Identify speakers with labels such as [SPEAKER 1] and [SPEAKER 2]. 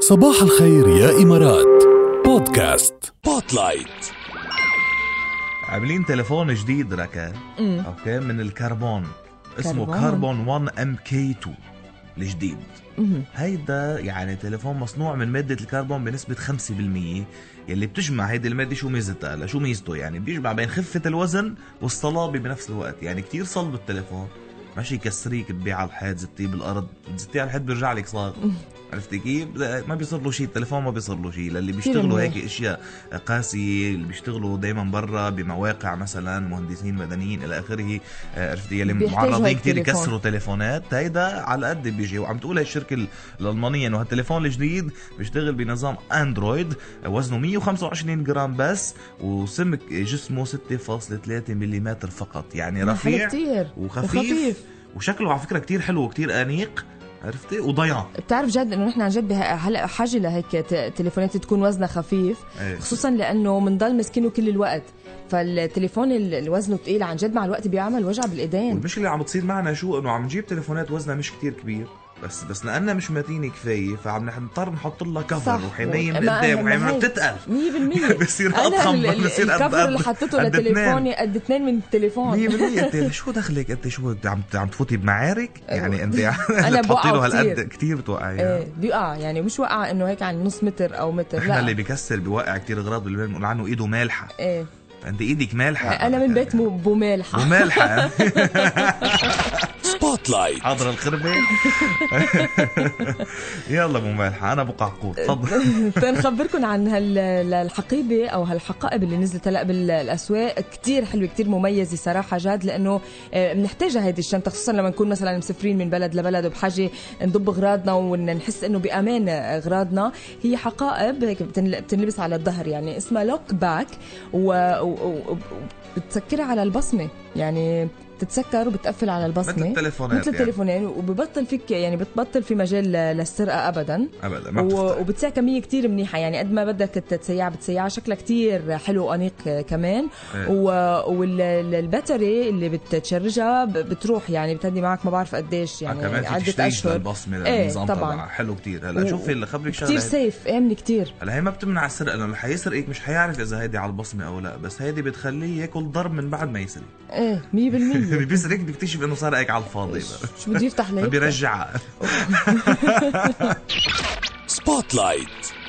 [SPEAKER 1] صباح الخير يا إمارات بودكاست بوتلايت
[SPEAKER 2] عاملين تليفون جديد ركا
[SPEAKER 3] مم.
[SPEAKER 2] اوكي من الكربون
[SPEAKER 3] كربون.
[SPEAKER 2] اسمه كربون 1 ام كي 2 الجديد
[SPEAKER 3] مهم.
[SPEAKER 2] هيدا يعني تليفون مصنوع من مادة الكربون بنسبة 5% يلي بتجمع هيدي المادة شو ميزتها هلا شو ميزته يعني بيجمع بين خفة الوزن والصلابة بنفس الوقت يعني كتير صلب التليفون ماشي يكسريك تبيع على الحيط زتيه بالارض زتيه على الحيط بيرجع لك صار عرفتي كيف؟ لا، ما بيصير له شيء التليفون ما بيصير له شيء للي بيشتغلوا
[SPEAKER 3] منيح.
[SPEAKER 2] هيك اشياء قاسية اللي بيشتغلوا دائما برا بمواقع مثلا مهندسين مدنيين الى اخره آه، عرفتي يلي
[SPEAKER 3] بيحتاجوا هيك
[SPEAKER 2] معرضين كثير
[SPEAKER 3] تليفون.
[SPEAKER 2] يكسروا تليفونات هيدا على قد بيجي وعم تقول هاي الشركة الالمانية انه هالتليفون الجديد بيشتغل بنظام اندرويد آه، وزنه 125 جرام بس وسمك جسمه 6.3 ملم فقط يعني
[SPEAKER 3] حلو
[SPEAKER 2] رفيع
[SPEAKER 3] كتير
[SPEAKER 2] وخفيف وشكله على فكرة كتير حلو وكتير انيق عرفتي وضياع
[SPEAKER 3] بتعرف جد انه نحن عن جد بها- هلا حاجه لهيك ت- تليفونات تكون وزنها خفيف
[SPEAKER 2] إيه.
[SPEAKER 3] خصوصا لانه بنضل ماسكينه كل الوقت فالتليفون ال- اللي وزنه ثقيل عن جد مع الوقت بيعمل وجع بالايدين
[SPEAKER 2] والمشكله اللي عم بتصير معنا شو انه عم نجيب تليفونات وزنها مش كتير كبير بس بس لانها مش متينه كفايه فعم نح- نضطر نحط لها كفر
[SPEAKER 3] صح.
[SPEAKER 2] وحمايه من
[SPEAKER 3] ما-
[SPEAKER 2] قدام
[SPEAKER 3] ما
[SPEAKER 2] وحمايه
[SPEAKER 3] هي-
[SPEAKER 2] بتتقل
[SPEAKER 3] 100%
[SPEAKER 2] بصير
[SPEAKER 3] انا
[SPEAKER 2] اضخم
[SPEAKER 3] ال- ال-
[SPEAKER 2] بصير قد
[SPEAKER 3] الكفر اللي
[SPEAKER 2] قد
[SPEAKER 3] حطيته
[SPEAKER 2] قد اتنين.
[SPEAKER 3] لتليفوني قد اثنين من التليفون
[SPEAKER 2] 100% انت إيه؟ شو دخلك انت شو بت- عم عم تفوتي بمعارك يعني انت
[SPEAKER 3] أيوة. أنا
[SPEAKER 2] بتحطي له
[SPEAKER 3] بوقعه
[SPEAKER 2] هالقد
[SPEAKER 3] كتير.
[SPEAKER 2] كتير بتوقعي آه.
[SPEAKER 3] ايه بيقع يعني مش وقع انه هيك عن نص متر او متر
[SPEAKER 2] احنا اللي
[SPEAKER 3] لا
[SPEAKER 2] بيكسر بيوقع كتير اغراض بالبيت بنقول عنه ايده مالحه
[SPEAKER 3] ايه
[SPEAKER 2] انت ايدك مالحه
[SPEAKER 3] انا إيه، من
[SPEAKER 2] يعني
[SPEAKER 3] بيت مو- بومالحه
[SPEAKER 2] ومالحه
[SPEAKER 1] سبوتلايت
[SPEAKER 2] حاضر الخربه يلا مو مالحه انا بقعقور تفضل
[SPEAKER 3] تنخبركم عن هالحقيبة أو هالحقائب اللي نزلت هلا بالأسواق كتير حلوة كتير مميزة صراحة جاد لأنه آه، بنحتاجها هيدي الشنطة خصوصا لما نكون مثلا مسافرين من بلد لبلد وبحاجة نضب أغراضنا ونحس إنه بأمان أغراضنا هي حقائب هيك بتنل- بتنلبس على الظهر يعني اسمها لوك باك وبتسكرها على البصمة يعني بتتسكر وبتقفل على
[SPEAKER 2] مثل
[SPEAKER 3] البصمة
[SPEAKER 2] التليفونات يعني.
[SPEAKER 3] مثل التليفونين وببطل فيك يعني بتبطل في مجال للسرقة أبداً
[SPEAKER 2] يعني. ابدا ما
[SPEAKER 3] و-
[SPEAKER 2] بتفتح
[SPEAKER 3] وبتساع كمية كتير منيحة يعني قد ما بدك تتسيع بتسيع شكلها كتير حلو وأنيق آه، كمان
[SPEAKER 2] إيه.
[SPEAKER 3] والباتري اللي بتشرجها ب- بتروح يعني بتدي معك ما بعرف قديش
[SPEAKER 2] يعني
[SPEAKER 3] يعني
[SPEAKER 2] كمان في
[SPEAKER 3] عدة
[SPEAKER 2] تشتيش
[SPEAKER 3] أشهر
[SPEAKER 2] للبصمه
[SPEAKER 3] إيه،
[SPEAKER 2] للنظام
[SPEAKER 3] طبعاً.
[SPEAKER 2] طبعا حلو كتير هلا
[SPEAKER 3] و-
[SPEAKER 2] شوفي اللي خبرك
[SPEAKER 3] كتير إيه،
[SPEAKER 2] شغله
[SPEAKER 3] سيف آمنة كتير
[SPEAKER 2] هلا هي ما بتمنع السرقه لانه اللي حيسرقك مش حيعرف اذا هيدي على البصمه او لا بس هيدي بتخليه ياكل ضرب من بعد ما يسرق
[SPEAKER 3] ايه 100%
[SPEAKER 2] اللي بيسرق بيكتشف انه سرقك على الفاضي بقى.
[SPEAKER 3] شو بده يفتح لك
[SPEAKER 2] فبيرجعها
[SPEAKER 1] سبوتلايت